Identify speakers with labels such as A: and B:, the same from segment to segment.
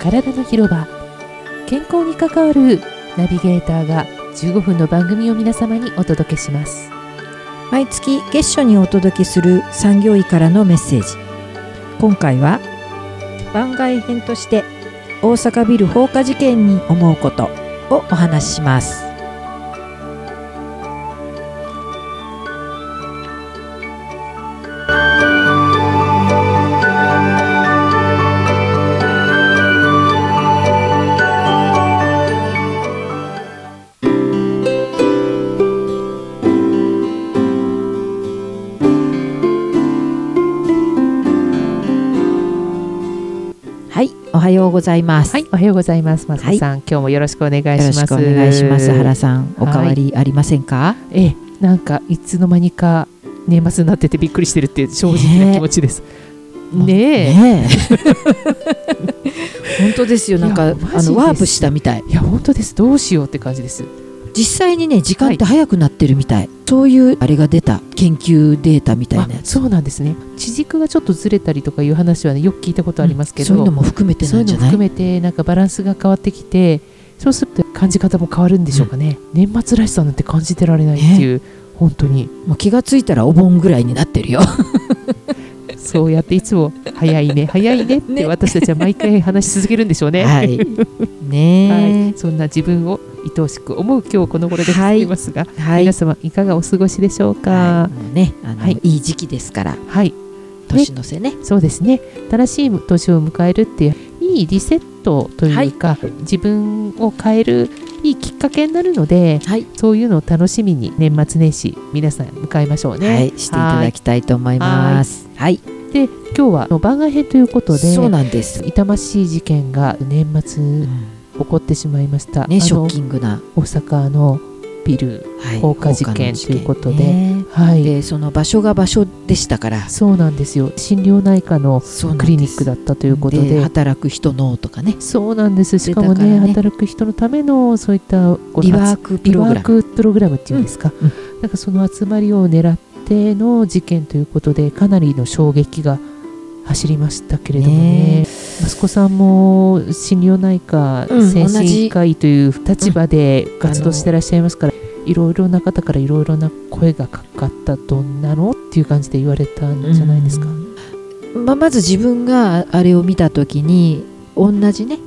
A: 体の広場健康に関わるナビゲーターが15分の番組を皆様にお届けします
B: 毎月月初にお届けする産業医からのメッセージ今回は番外編として大阪ビル放火事件に思うことをお話ししますはいおはようございます、
A: はいおはようございます松田さん、今日もよろしくお願いします
B: よろしくお願いします原さんおかわりありませんか、
A: ええなんかいつの間にか年末になっててびっくりしてるっていう正直な気持ちです、ねえ、
B: ねえ 本当ですよなん
A: い
B: か
A: やマジです
B: あのワープしたみたい
A: いや本当ですどうしようって感じです
B: 実際にね時間って早くなってるみたい、そういうあれが出た研究データみたい
A: あ
B: なやつ
A: そうなんですね地軸がちょっとずれたりとかいう話はねよく聞いたことありますけど、
B: そういうのも含めて
A: そう
B: ない
A: うん
B: じ
A: の
B: ゃない
A: 含めてなんかバランスが変わってきてそうすると感じ方も変わるんでしょうかね、年末らしさなんて感じてられないっていう、本当に
B: もう気がついたらお盆ぐらいになってるよ
A: そうやっていつも「早いね早いね」って
B: ね
A: 私たちは毎回話し続けるんでしょうね。
B: はい
A: は
B: ね
A: いそんな自分を愛おしく思う今日この頃でございますが、
B: えはい、
A: 皆様いかがお過ごしでしょう
B: は
A: か
B: い、もうねあの、
A: はい
B: い、い時期ですから
A: はい、
B: 年の瀬ね
A: そうですね新しい年を迎えるっていういいリセットというか、自分を変えるいいきっかけになるので
B: はい、
A: そういうのを楽しみに年末年始皆さん迎えましょうね。
B: はい、していただきたいと思いますはい
A: はいで今日はあの番外編ということで
B: そうなんです、
A: 痛ましい事件が年末起こってしまいました。あ
B: ね
A: の
B: ショッキングな、
A: 大阪のビル
B: はい
A: 放火事件
B: 放火の
A: ということで
B: ね
A: はい
B: でその場所が場所でしたから
A: そうなんですよ心療内科の
B: そうなんです
A: クリニックだったということで
B: 働く人のとかね
A: そうなんですしかも
B: だから
A: ね
B: ね
A: 働く人のためのそういったこの
B: リワークプ
A: リ
B: ロ
A: ワ
B: グ
A: ー
B: ラ
A: ク
B: ム
A: プログラムっていうんですか、
B: うん
A: なんかその集まりを狙っての事件ということでかなりの衝撃が走りましたけれどもね
B: ね
A: 息子さんも心療内科、
B: うん
A: 精神科医という立場で活動してらっしゃいますから、いろいろな方からいろいろな声がかかったどんなのっていう感じで言われたんじゃないですか。
B: まあ、まず自分があれを見た時に同じね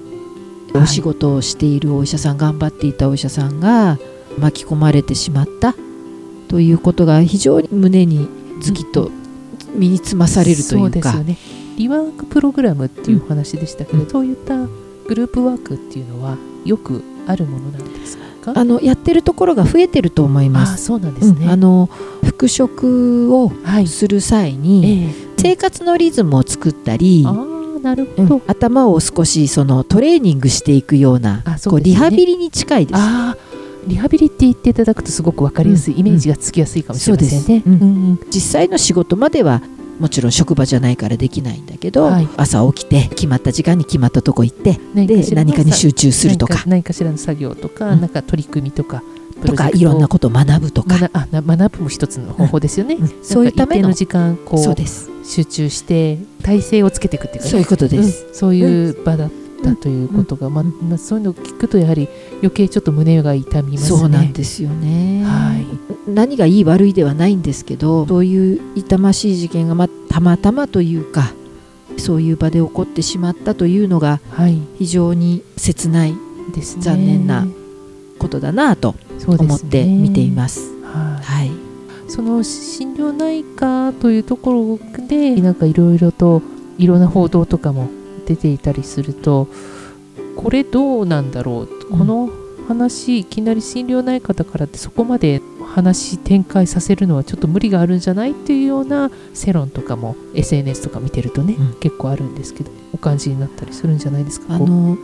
A: はい
B: お仕事をしているお医者さん頑張っていたお医者さんが巻き込まれてしまったということが非常に胸にズキッと身につまされるとい
A: そう
B: う
A: です
B: か
A: よねリワークプログラムっていうお話でしたけど、そういったグループワークっていうのはよくあるものなんですか
B: あのやってるところが増えてると思いま
A: あ
B: す。
A: そうなんですね、
B: うんあの復職を
A: はい
B: する際に
A: ええ
B: 生活のリズムを作ったり、
A: あーなるほ
B: うん
A: ど、
B: 頭を少しそのトレーニングしていくような
A: あそう
B: こう
A: ですね
B: リハビリに近いです。
A: ああリハビリって言っていただくとすごくわかりやすい、
B: うん
A: イメージがつきやすいかもしれませんね、
B: そうですうん
A: んん
B: 実際の仕事まではもちろん職場じゃないからできないんだけど、
A: はい
B: 朝起きて決まった時間に決まったとこ行って
A: 何
B: で
A: しらの
B: 何かに
A: さ
B: 集中するとか
A: 何何かしらの作業とか、
B: うん
A: なんか取り組みとか
B: とかいろんな
A: こ
B: ことを学ぶとか、
A: 学あな学ぶも一つの方法ですよね、
B: うんそういうため
A: なん
B: の
A: か一定の時間こ
B: そう
A: う
B: です
A: 集中して体勢をつけていくっていうかね
B: そういうことです。
A: うんそういう場だったということが、まあまあ、そういうのを聞くとやはり余計ちょっと胸が痛みますね。
B: そうなんですよね、
A: はい
B: 何がいい悪いではないんですけどそういう痛ましい事件が、まあ、たまたまというかそういう場で起こってしまったというのが
A: はい
B: 非常に切ない
A: ですね、
B: 残念なことだなぁと
A: そうですね
B: 思って見ています。
A: は
B: はい、
A: いその心療内科というところでなんかいろいろといろんな報道とかも出ていたりするとこれどうなんだろう、
B: うん
A: この話いきなり心療内科だからってそこまで話展開させるのはちょっと無理があるんじゃないっていうような世論とかも SNS とか見てるとね、
B: うん
A: 結構あるんですけどお感じになったりするんじゃないですか
B: あ
A: こう
B: の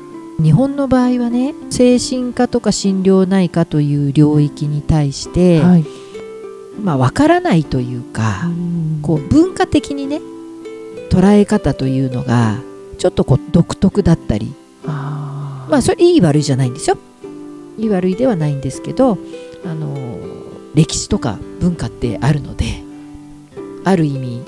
B: 日本の場合はね精神科とか心療内科という領域に対して、
A: はい、
B: まあわからないというか、
A: うん
B: こう文化的にね捉え方というのがちょっとこう独特だったり
A: あー
B: まあそれいい悪いじゃないんですよいい悪いではないんですけどあの歴史とか文化ってあるのである意味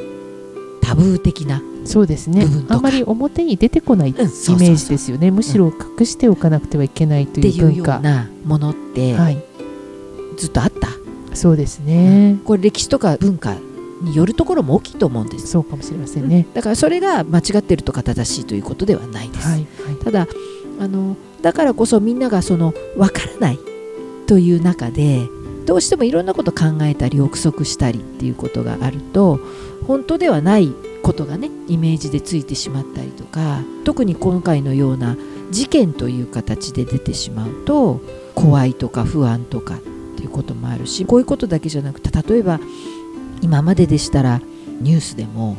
B: タブー的な
A: そうですね
B: 部分とか
A: あんまり表に出てこないイメ
B: うんそうそうそう
A: ージですよねむしろ隠しておかなくてはいけないと
B: って
A: い
B: いううよ
A: 文
B: う
A: 化
B: なものって
A: はい
B: ずっとあった、
A: そうですね、
B: これ歴史とか文化によるところも大きいと思うんです
A: そうかもしれませんね、
B: だからそれが間違ってるとか正しいということではないです、
A: はい、はい、
B: ただあのだからこそみんながその分からないという中でどうしてもいろんなこと考えたり憶測したりっていうことがあると本当ではないことがねイメージでついてしまったりとか特に今回のような事件という形で出てしまうと怖いとか不安とかっていうこともあるしこういうことだけじゃなくて例えば今まででしたらニュースでも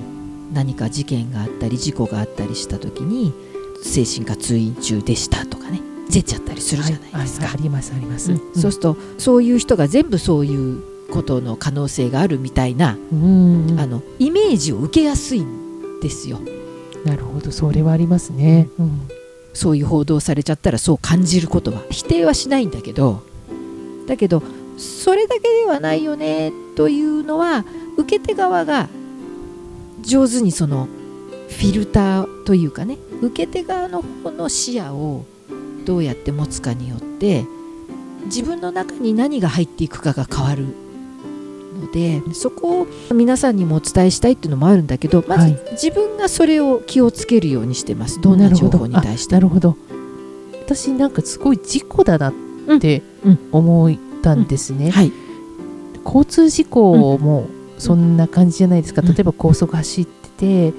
B: 何か事件があったり事故があったりした時に精神科通院中でしたとかね出ちゃったりするじゃないですか
A: はい、あ。りますあります、
B: うんそうするとそういう人が全部そういうことの可能性があるみたいな、
A: うんうん
B: あのイメージを受けやすいんですよ
A: なるほどそれはありますね、うん
B: そういう報道されちゃったらそう感じることは否定はしないんだけどだけどそれだけではないよねというのは受け手側が上手にそのフィルターというかね受け手側の方の視野をどうやって持つかによって自分の中に何が入っていくかが変わるのでそこを皆さんにもお伝えしたいっていうのもあるんだけどま
A: は
B: ず
A: い
B: 自分がそれを気をつけるようにしてますどんな
A: るほ
B: 情
A: ど
B: 報に対して
A: あなるほど私なんかすごい事故だなって
B: うんうん
A: 思ったんですね、
B: はい、
A: 交通事故もそんな感じじゃないですか、
B: うん
A: 例えば高速走ってて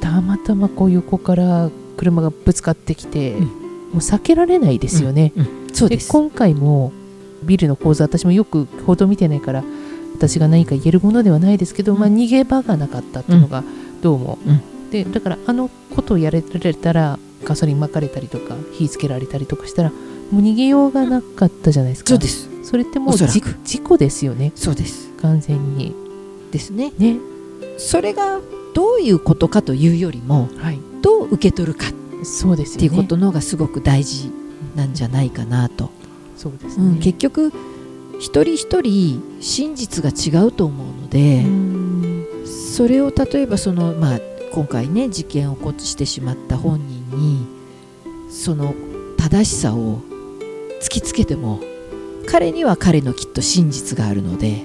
A: たまたまこう横から車がぶつかってきて、
B: うん
A: もう避けられないですよね、
B: そう
A: で
B: です。
A: 今回もビルの構造私もよく報道見てないから私が何か言えるものではないですけど、
B: うん
A: まあ、逃げ場がなかったっていうのがどうも、
B: う
A: でだからあのことをやられたらガソリンまかれたりとか火つけられたりとかしたらもう逃げようがなかったじゃないですか、
B: そうです。
A: それってもう
B: おそらく
A: じ事故ですよね
B: そうです。
A: 完全に
B: ですね。
A: ね
B: それがどういうことかというよりも、
A: はい
B: どう受け取るかっ
A: そうですよ
B: てい
A: ね
B: うことの方がすごく大事なんじゃないかなと。
A: そうです
B: う
A: ね、
B: ん、結局一人一人真実が違うと思うので、
A: うん
B: それを例えばそのまあ今回ね事件を起こしてしまった本人にその正しさを突きつけても彼には彼のきっと真実があるので。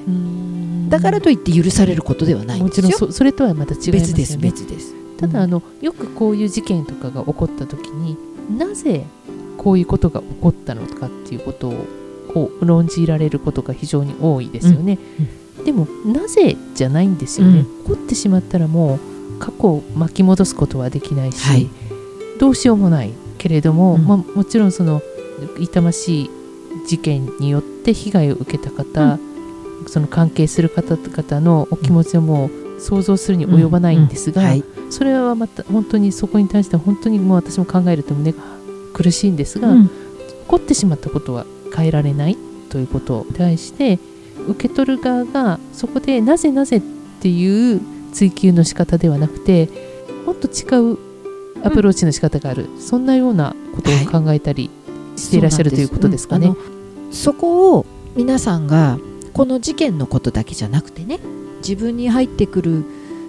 B: だからといって許されることではないん
A: も
B: です
A: ち
B: よ。
A: ろんそそれとはまた違いますよ
B: 別
A: ね
B: です別です。
A: ただ
B: うん
A: あのよくこういう事件とかが起こった時になぜこういうことが起こったのかっていうことをこう論じられることが非常に多いですよね、でもなぜじゃないんですよね、起こってしまったらもう過去を巻き戻すことはできないし、
B: はい
A: どうしようもないけれども、
B: うん
A: まあ、もちろんその痛ましい事件によって被害を受けた方、その関係する方々のお気持ちはもう想像するに及ばないんですが、
B: うんうんはい
A: それはまた本当にそこに対しては本当にもう私も考えると胸が苦しいんですが、
B: うん
A: 起こってしまったことは変えられないということに対して受け取る側がそこでなぜなぜっていう追求の仕方ではなくてもっと違うアプローチの仕方がある、そんなようなことを考えたりしていらっしゃる、ということですかね。
B: そうなんですうんあのそこを皆さんがこの事件のことだけじゃなくてね自分に入ってくる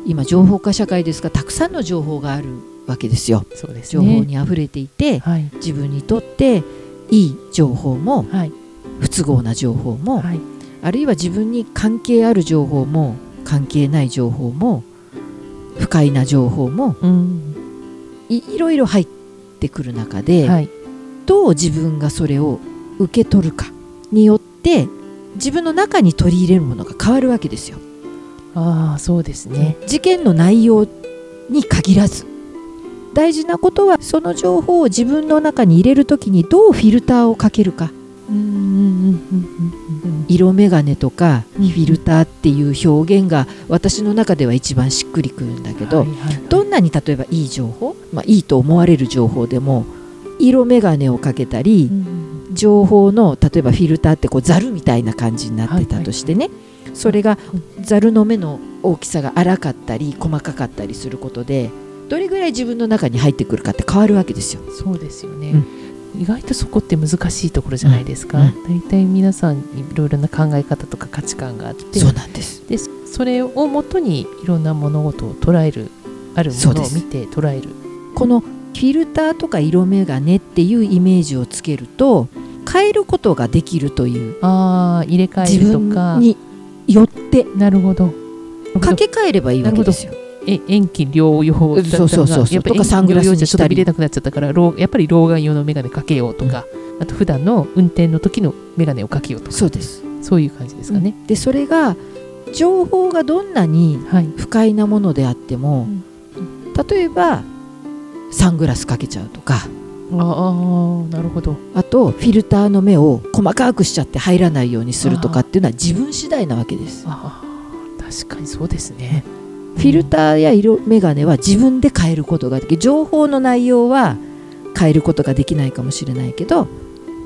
B: 今情報化社会ですがたくさんの情報があるわけですよ。
A: そうです
B: 情
A: ね
B: 報にあふれていて、
A: はい
B: 自分にとっていい情報も
A: はい
B: 不都合な情報も、
A: はい
B: あるいは自分に関係ある情報も関係ない情報も不快な情報も
A: うん
B: いいろいろ入ってくる中で、
A: はい
B: どう自分がそれを受け取るかによって自分の中に取り入れるものが変わるわけですよ。
A: ああそうですね。
B: 事件の内容に限らず大事なことはその情報を自分の中に入れる時にどうフィルターをかけるか
A: うんうんうんうんうんうん
B: 色眼鏡とか
A: う
B: フ
A: ん
B: ィルターっていう表現が私の中では一番しっくりくるんだけど、
A: はいはいはい
B: どんなに例えばいい情報、まあ、いいと思われる情報でも色眼鏡をかけたり、
A: うんうん
B: 情報の例えばフィルターってこうざるみたいな感じになってたとしてね、それがざるの目の大きさが荒かったり細かかったりすることでどれぐらい自分の中に入ってくるかって変わるわけですよ。
A: そうですよね、
B: うん
A: 意外とそこって難しいところじゃないですか、
B: うん
A: 大体皆さんいろいろな考え方とか価値観があって
B: そうなんです。
A: でそそれをもとにいろんな物事を捉えるある
B: そ
A: も
B: う
A: の
B: で
A: を
B: す
A: 見て捉える
B: このフィルターとか色眼鏡っていうイメージをつけると変えることができるという
A: あー入れ替
B: 自
A: えるとか
B: 分によって
A: なるほど
B: 掛け替えればいいわけですよ。
A: え遠近両用だった
B: そう
A: の
B: そうそう
A: が
B: そう
A: やっぱ
B: とかサングラ
A: 遠近両
B: ス
A: 用
B: に
A: じゃちょ
B: し
A: っと
B: た
A: 見
B: り
A: れなくなっちゃったから老やっぱり老眼用の眼鏡かけようとか、あと普段の運転の時の眼鏡をかけようとか
B: そうです
A: そういう感じですかね、
B: でそれが情報がどんなに
A: はい
B: 不快なものであっても、例えばサングラスかけちゃうとか
A: ああなるほど
B: あとフィルターの目を細かくしちゃって入らないようにするとかっていうのは自分次第なわけです。
A: あー確かにそうですね
B: フィルターや色眼鏡は自分で変えることができる情報の内容は変えることができないかもしれないけど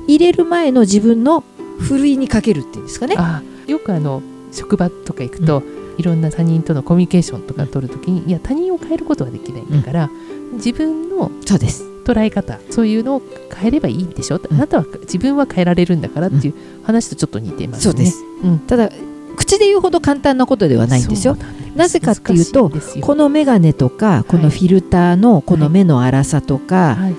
B: 入れる前の自分のふるいにかけるっていうんですかね
A: あよくあの職場とか行くと、いろんな他人とのコミュニケーションとか取るときに、いや他人を変えることはできないんだから、自分の
B: そうです
A: 捉え方そういうのを変えればいいんでしょ、
B: ん
A: あなたは自分は変えられるんだからっていう話とちょっと似ていますね。
B: そうです、
A: うん
B: ただ口で言うほど簡単なことではないんですよ
A: そうなんです
B: なぜかっていうと
A: 難しんですよ
B: この眼鏡とかこのフィルターのこの目の粗さとか、
A: は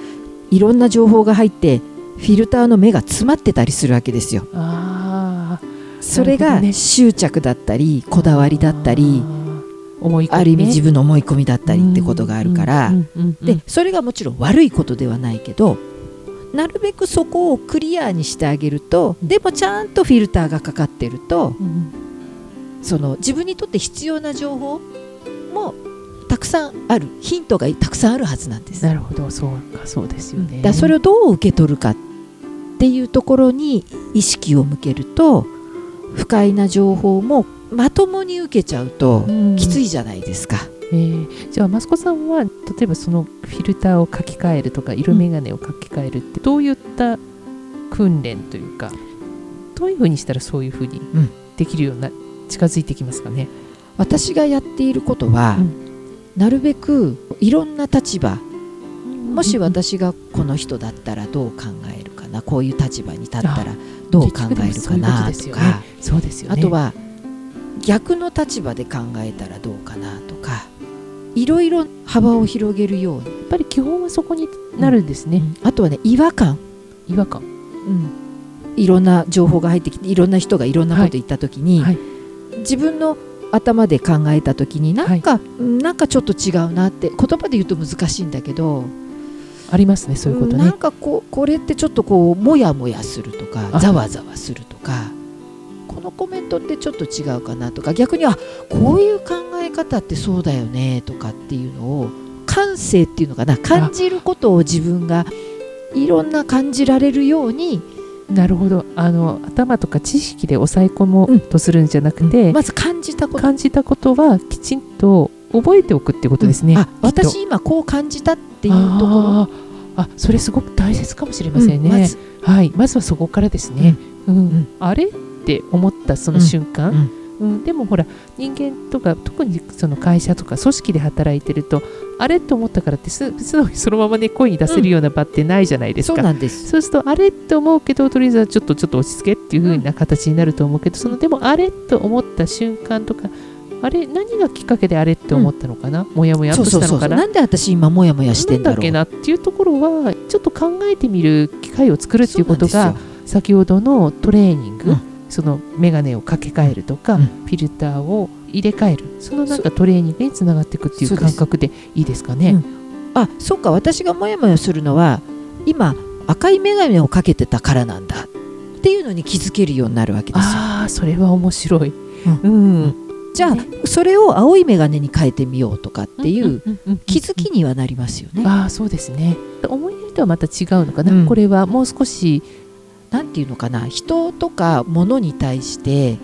A: い、
B: い、ろんな情報が入ってフィルターの目が詰まってたりするわけですよ
A: あー
B: そ
A: な
B: れ
A: る
B: が
A: ほどね
B: 執着だったりこだわりだったり
A: あー思い込みね
B: ある意味自分の思い込みだったりってことがあるから、
A: うんうんうんうん
B: でそれがもちろん悪いことではないけどなるべくそこをクリアにしてあげるとでもちゃんとフィルターがかかってると
A: うん
B: その自分にとって必要な情報もたくさんあるヒントがたくさんあるはずなんです。
A: なるほどそうかそうですよ
B: だ
A: ね。
B: からそれをどう受け取るかっていうところに意識を向けると不快な情報もまともに受けちゃうと
A: うん
B: きついじゃないですか。
A: えーじゃあ益子さんは例えばそのフィルターを書き換えるとか色眼鏡を書き換えるってどういった訓練というかどういうふうにしたらそういうふうに
B: ん
A: できるような近づいてきますかね。
B: 私がやっていることは、
A: う
B: なるべくいろんな立場もし
A: うん
B: 私がこの人だったらどう考えるかなこういう立場に立ったらどう考えるか
A: 結
B: なと
A: 局でもそういうことですよね
B: か
A: そうですよ
B: あ
A: ね。
B: とは逆の立場で考えたらどうかなとかいろいろ幅を広げるように、
A: やっぱり基本はそこになるんですね、
B: あとはね違和感、
A: 違和感。
B: いろんな情報が入ってきていろんな人がいろんなこと言った時に、
A: はい
B: 自分の頭で考えた時になんか、うんなんかちょっと違うなって言葉で言うと難しいんだけど
A: ありますねそういうこと
B: んな
A: ね
B: ん。かこうこれってちょっとこうモヤモヤするとか
A: あ
B: ざわざわするとかこのコメントってちょっと違うかなとか逆にあこういう考え方ってそうだよねとかっていうのを感性っていうのかな感じることを自分がいろんな感じられるように、
A: なるほどあの頭とか知識で抑え込もうとするんじゃなくて、
B: まず感じたこと
A: 感じたことはきちんと覚えておくってことですね。
B: あ
A: きっと
B: 私今こう感じたっていうところ
A: あーあそれすごく大切かもしれませんね、
B: うんまず
A: はい、まずはそこからですね、うん
B: ん
A: あれって思ったその瞬間、うんでもほら人間とか特にその会社とか組織で働いてるとあれと思ったからってす素直にそのままね声に出せるような場ってないじゃないです
B: そう
A: か、
B: なんです。
A: そうするとあれと思うけどとりあえずはちょっとちょっと落ち着けっていう風な形になると思うけど、そのでもあれと思った瞬間とかあれ何がきっかけであれって思ったのかな、もやもやっ
B: そ
A: と
B: うそ
A: し
B: う
A: た
B: そ
A: の
B: うそ
A: かな
B: うなんで私今モヤモヤしてん
A: なんだ
B: だ
A: っ
B: ろ
A: け
B: う
A: なっていうところはちょっと考えてみる機会を作るっていうこと
B: そうなん
A: が
B: ですよ
A: 先ほどのトレーニング、
B: うん
A: その眼鏡をかけ替えるとか、
B: うん
A: フィルターを入れ替えるそのなんかトレーニングにつながっていくってい
B: そう
A: う
B: です
A: 感覚でいいですかね。
B: うんあそうか私がモヤモヤするのは今赤い眼鏡をかけてたからなんだっていうのに気づけるようになるわけですよ。
A: ああそれは面白い。
B: う
A: うん
B: じゃあ、
A: ね
B: それを青い眼鏡に変えてみようとかってい
A: ん
B: う
A: うんうんうん
B: 気づきにはなりますよね。
A: ああそうですね。思いやりとはまた違うのかな、
B: うん
A: これはもう少し
B: なんていうのかな人とか物に対して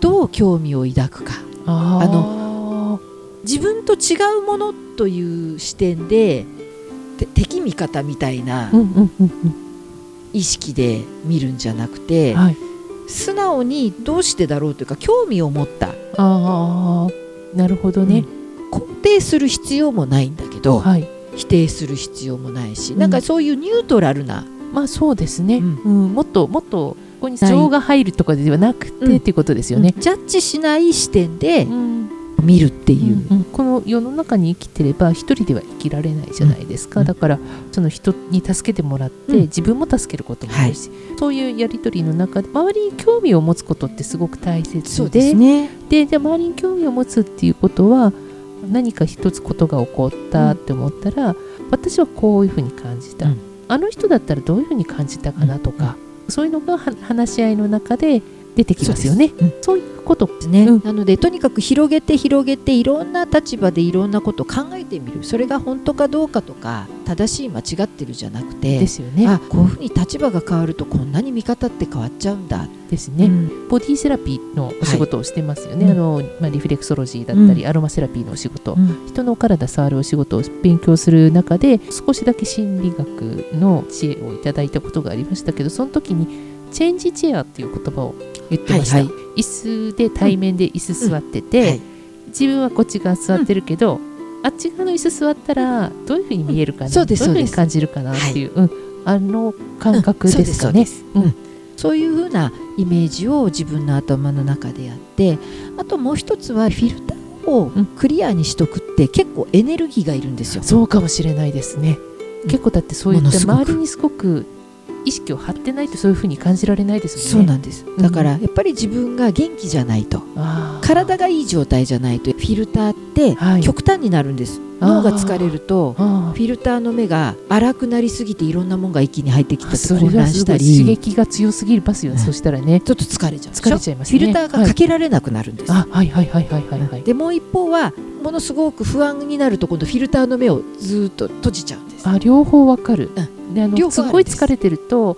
B: どう興味を抱くか
A: あ
B: あ
A: の
B: 自分と違うものという視点でて敵味方みたいな
A: うんうんうんうん
B: 意識で見るんじゃなくて、
A: はい
B: 素直にどうしてだろうというか興味を持った
A: ああなるほどね。
B: 肯定する必要もないんだけど、
A: はい。
B: 否定する必要もないし、
A: うん
B: なんかそういうニュートラルな、
A: まあそうですね、
B: う
A: うんんもっともっとこに情が入るとかではなくて、
B: うん
A: っていうことですよね。
B: ジャッジしない視点で
A: うん
B: 見るっていう、
A: うんうんこの世の中に生きてれば一人では生きられないじゃないですか、
B: うん
A: だからその人に助けてもらって、
B: うん
A: 自分も助けることもあるし、そういうやり取りの中で周りに興味を持つことってすごく大切で
B: ね
A: でじゃあ周りに興味を持つっていうことは何か一つことが起こったって思ったら、私はこういうふうに感じた、
B: うん
A: あの人だったらどういうふうに感じたかなとか、そういうのがは話し合いの中で出てきますよね
B: そうです
A: そういうこと
B: ですね、
A: うん
B: なのでとにかく広げて広げていろんな立場でいろんなことを考えてみるそれが本当かどうかとか正しい間違ってるじゃなくて
A: ですよね。
B: あこういうふうに立場が変わるとこんなに見方って変わっちゃうんだ、
A: ですね。
B: うん
A: ボディセラピーのお仕事をしてますよね、
B: はい
A: あのまあ、リフレクソロジーだったり、アロマセラピーのお仕事、人のお体触るお仕事を勉強する中で少しだけ心理学の知恵をいただいたことがありましたけどその時にチェンジチェアっていう言葉を言ってました、
B: はいは
A: 椅子で対面で椅子座ってて、
B: はい
A: 自分はこっち側座ってるけど、あっち側の椅子座ったらどういうふうに見えるかな、
B: うんそうで
A: ど
B: す
A: ういうふう
B: そう
A: に
B: です
A: 感じるかなっていう、うん、あの感覚
B: うんそう
A: で
B: ですす
A: か
B: そう
A: ね
B: で。す、
A: うん
B: うんそういうふうなイメージを自分の頭の中でやってあともう一つはフィルターをクリアにしとくって結構エネルギーがいるんですよ。
A: そうかもしれないですね。
B: うん
A: 結構だってそういっ
B: も
A: た
B: のすごく
A: 周りにすごく意識を張ってないとそういうふうに感じられないです
B: そ
A: も
B: うん
A: ね。
B: なんですだからやっぱり自分が元気じゃないと
A: あー
B: 体がいい状態じゃないとフィルターって
A: はい
B: 極端になるんです、
A: あー
B: 脳が疲れると
A: あ
B: フィルターの目が荒くなりすぎていろんなもんが一気に入ってき
A: あ
B: た
A: それ
B: と混
A: は
B: 乱
A: す
B: し
A: ご
B: た
A: い
B: り
A: 刺
B: ち
A: 激が強すぎますよ、
B: うん
A: そしたらね
B: ょっと疲れちゃうでしょ
A: 疲れちゃいますね
B: フィルターがかけられなくなるんです、
A: あはいはいはいはいはいはい
B: でもう一方はものすごく不安になると今度フィルターの目をずーっと閉じちゃうんです
A: あ両方わかる、であの
B: 両
A: す
B: 方あるんです
A: ごい疲れてると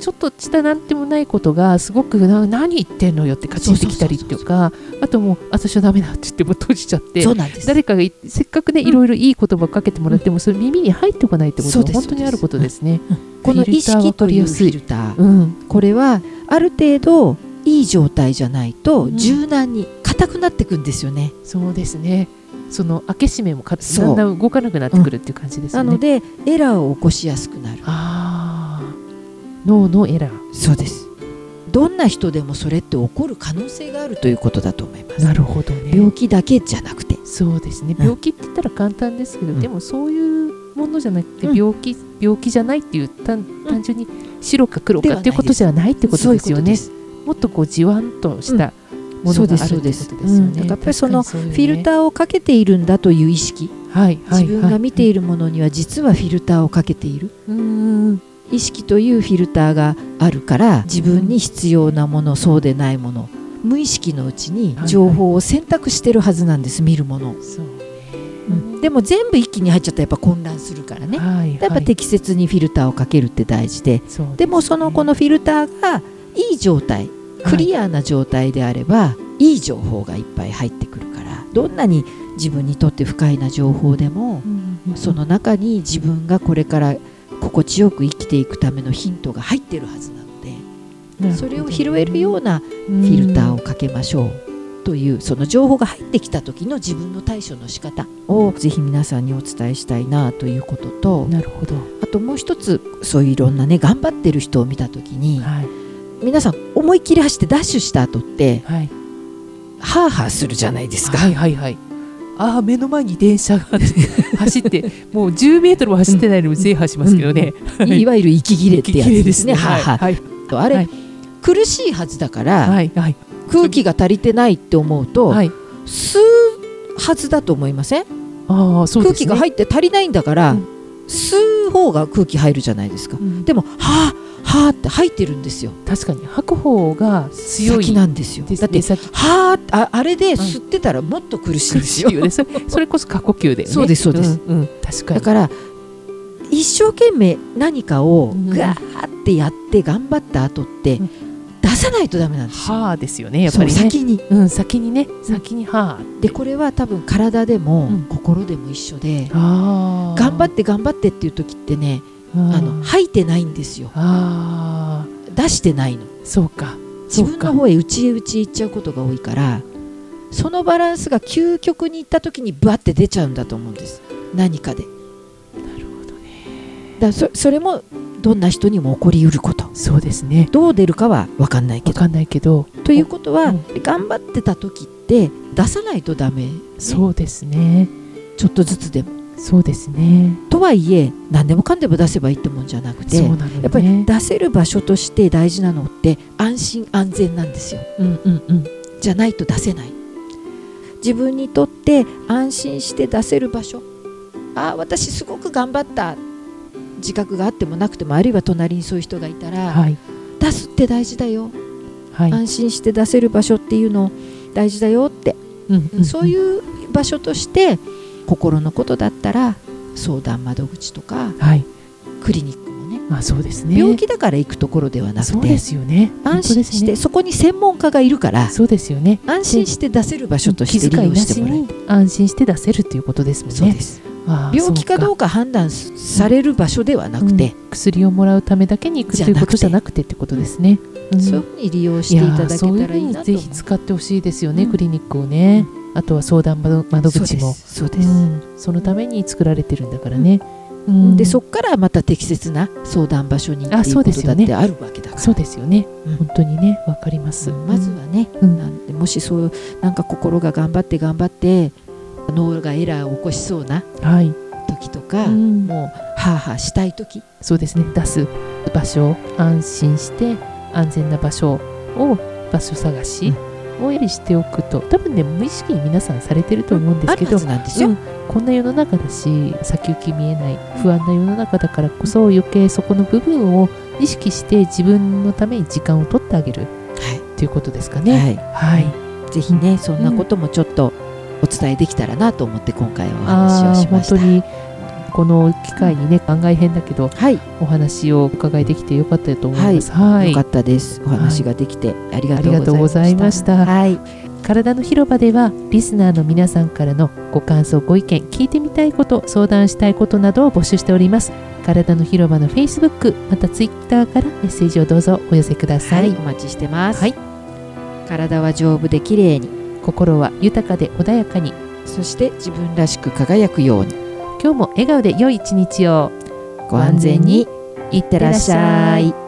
A: ちょっとしたなんてもないことがすごくな何言ってんのよってカチンってきたりとかあともう私はダメだって言ってもう閉じちゃって
B: そうなんです
A: 誰かがいせっかくね
B: うん
A: いろいろいい言葉をかけてもらっても、それ耳に入ってこないってこと
B: そう
A: は
B: です
A: 本当にあることですね。
B: この意識というフ
A: フィ
B: ィ
A: ル
B: ルター
A: うん、
B: これはある程度いい状態じゃないと
A: うん
B: 柔軟に硬くなってくんですよね、
A: そうですね。その開け閉めもか
B: そう
A: だんだん動かなくなってくるっていう感じですよ
B: な
A: ね。
B: のでエラーを起こしやすくなる
A: ああ、脳のエラー。
B: そうですどんな人でもそれって起こる可能性があるということだと思います
A: なるほどね
B: 病。気だけじゃなくて
A: そうですね。
B: うん
A: 病気って言ったら簡単ですけど、
B: うん
A: でもそういうものじゃなくて
B: うん
A: 病気、病気じゃないっていう単単純に白か黒
B: では
A: か
B: ない
A: っていうことじゃないってことですよね。
B: そういうこ
A: もっとこうじわんとしたものがあるってことですよね。
B: そうですそうですうんだからやっぱりそのとですフィルターをかけているんだという意識
A: ー、はいはいはい、
B: 自分が見て
A: い
B: いるものには実はフィルターをかけている
A: る。うん
B: 意識というフィルターがあるから自分に必要なものそうでないもの無意識のうちに情報を選択してるはずなんです見るものを、
A: そうね
B: うんでも全部一気に入っちゃったらやっぱ混乱するからね
A: はいはい
B: やっぱ適切にフィルターをかけるって大事で
A: そうす
B: でもそのこのフィルターがいい状態クリアな状態であれば、い、い情報がいっぱい入ってくるからどんなに自分にとって不快な情報でも
A: う、んうんうん
B: その中に自分がこれから心地よく生きていくためのヒントが入ってるはずなので、
A: なるほどね
B: それを拾えるようなフ
A: フ
B: ィルターをかけましょう。というその情報が入ってきた時の自分の対処の仕方をぜひ皆さんにお伝えしたいなということと
A: なるほど、
B: あともう一つそういういろんなね頑張ってる人を見た時に
A: はい
B: 皆さん思いっきり走ってダッシュした後って
A: はい、
B: ハーハーするじゃないですか。
A: はいはいはいああ目の前に電車が 走ってもう10メートルも走ってないのに制覇しますけどね、はい
B: いわゆる息切れってやつですね。ハーハー
A: はい
B: とあれ、
A: はい
B: 苦しいはずだから、
A: はいはい
B: 空気が足りてないって思うと、
A: はい
B: 吸うはずだと思いません、
A: ああそうで
B: 空
A: すね
B: 気が入って足りないんだから、
A: うん
B: 吸う方が空気入るじゃないですか。
A: うん
B: でもはあはあって入ってるんですよ。
A: 確かに吐く方が強い
B: 先なんですよ。
A: です
B: だって
A: 先
B: はあってああれで吸ってたらもっと苦しい
A: 苦
B: んです
A: し
B: よ。
A: いよねそれそれこそ過呼吸だよね
B: そうですそうです
A: んうん確かに
B: だから一生懸命何かを
A: うん
B: ガーってやって頑張った後って
A: うん
B: 出さないとダメなんですよ。
A: はあですよねやっぱりね
B: そう先に
A: うん、先にね先には
B: でこれは多分体でも
A: うん
B: 心でも一緒で、
A: ああ
B: 頑張って頑張ってっていう時ってね、あの吐いてないんですよ
A: ああ
B: 出してないの
A: そうか
B: 自
A: そう
B: 分
A: か
B: の方へ内へ内へ行っちゃうことが多いからそのバランスが究極に行った時にバッて出ちゃうんだと思うんです何かでだか
A: なるほどね
B: らそそれもどんな人にも起こりうること
A: そうですね
B: どう出るかは分かんないけ
A: 分
B: ど
A: かんないけど
B: ということは、
A: う
B: 頑張ってた時って出さないとダメ、ね
A: そうですね
B: ちょっとずつでも
A: そうですね
B: とはいえ何でもかんでも出せばいいってもんじゃなくて、
A: そうなのね
B: やっぱり出せる場所として大事なのって安心安全なんですよ
A: うんうんうん
B: じゃないと出せない自分にとって安心して出せる場所ああ私すごく頑張った自覚があってもなくてもあるいは隣にそういう人がいたら、
A: はい
B: 出すって大事だよ、
A: はい、
B: 安心して出せる場所っていうの大事だよって、
A: うんうん
B: そう
A: う
B: いう場所として心のことだったら相談窓口とか
A: んはい
B: クリニックもね
A: まあそうですね
B: 病気だから行くところではな
A: そう
B: く
A: で
B: て
A: すよね本
B: 安心
A: 当です
B: して、
A: ね
B: そこに専門家がいるから
A: そうですよね
B: 安心して出せる場所として
A: 気
B: 利
A: 遣い
B: 用
A: な
B: して
A: し
B: もらえる
A: に安心して出せるということですもんね
B: そうです
A: ああ
B: 病気か
A: そう
B: どうか判断すされる場所ではなくて、
A: うん薬をもらうためだけに行く
B: じ
A: と
B: ゃ
A: い
B: な
A: う
B: くて
A: ことじゃなくてってことですね。うん
B: そういうふうに利用していただけ
A: やー
B: たらいい
A: そういうふう
B: な
A: に
B: と
A: ぜ
B: 思う
A: ひ使ってほしいですよね、
B: うん
A: クリニックをね、あとは相談窓窓
B: そう
A: 口
B: で
A: も
B: すそうです、
A: うんそのために作られてるんだからね、うん
B: でそこからまた適切な相談場所にって
A: あ
B: いう
A: そ
B: こ
A: うで
B: と
A: す
B: だ
A: よ
B: っ
A: ね
B: てあるわけだから
A: そうですよね、
B: うん
A: 本当にねわかります、
B: うんまずはね、
A: うん、
B: なんでもしそうなんか心が頑張って頑張って脳がエラーを起こしそうな
A: はい、
B: 時とか、
A: うん
B: もうハーハーしたい時
A: そうですね出す場所安心して安全な場所を場所探しをやりしておくと多分ね無意識に皆さんされてると思うんで
B: あ
A: すけ
B: る
A: ど、
B: はずなんですよ、
A: うんこんな世の中だし先行き見えない不安な世の中だからこそ余計そこの部分を意識して自分のために時間を取ってあげるということですか
B: はい、
A: ね。はい、
B: はい、ぜひねそんなこともちょっとお伝えできたらなと思って今回はお話
A: あ
B: を
A: あ
B: しま
A: 本
B: した
A: 当にこの機会にね番外編だけど
B: はい
A: お話をお伺いできてよかったと思います。はい、
B: よかったです。お話ができてありが
A: ありが
B: と
A: と
B: う
A: う
B: ご
A: ご
B: ざ
A: ざ
B: い
A: い
B: ま
A: ま
B: し。
A: したた
B: はい、
A: 体の広場ではリスナーの皆さんからのご感想ご意見聞いてみたいこと相談したいことなどを募集しております体の広場の Facebook また Twitter からメッセージをどうぞお寄せくださ、
B: はいい、お待ちしてます。
A: はい
B: 体は丈夫で綺麗に、
A: 心は豊かで穏やかに
B: そして自分らしく輝くように
A: 今日も笑顔で良い一日を
B: ご安全にいってらっしゃい。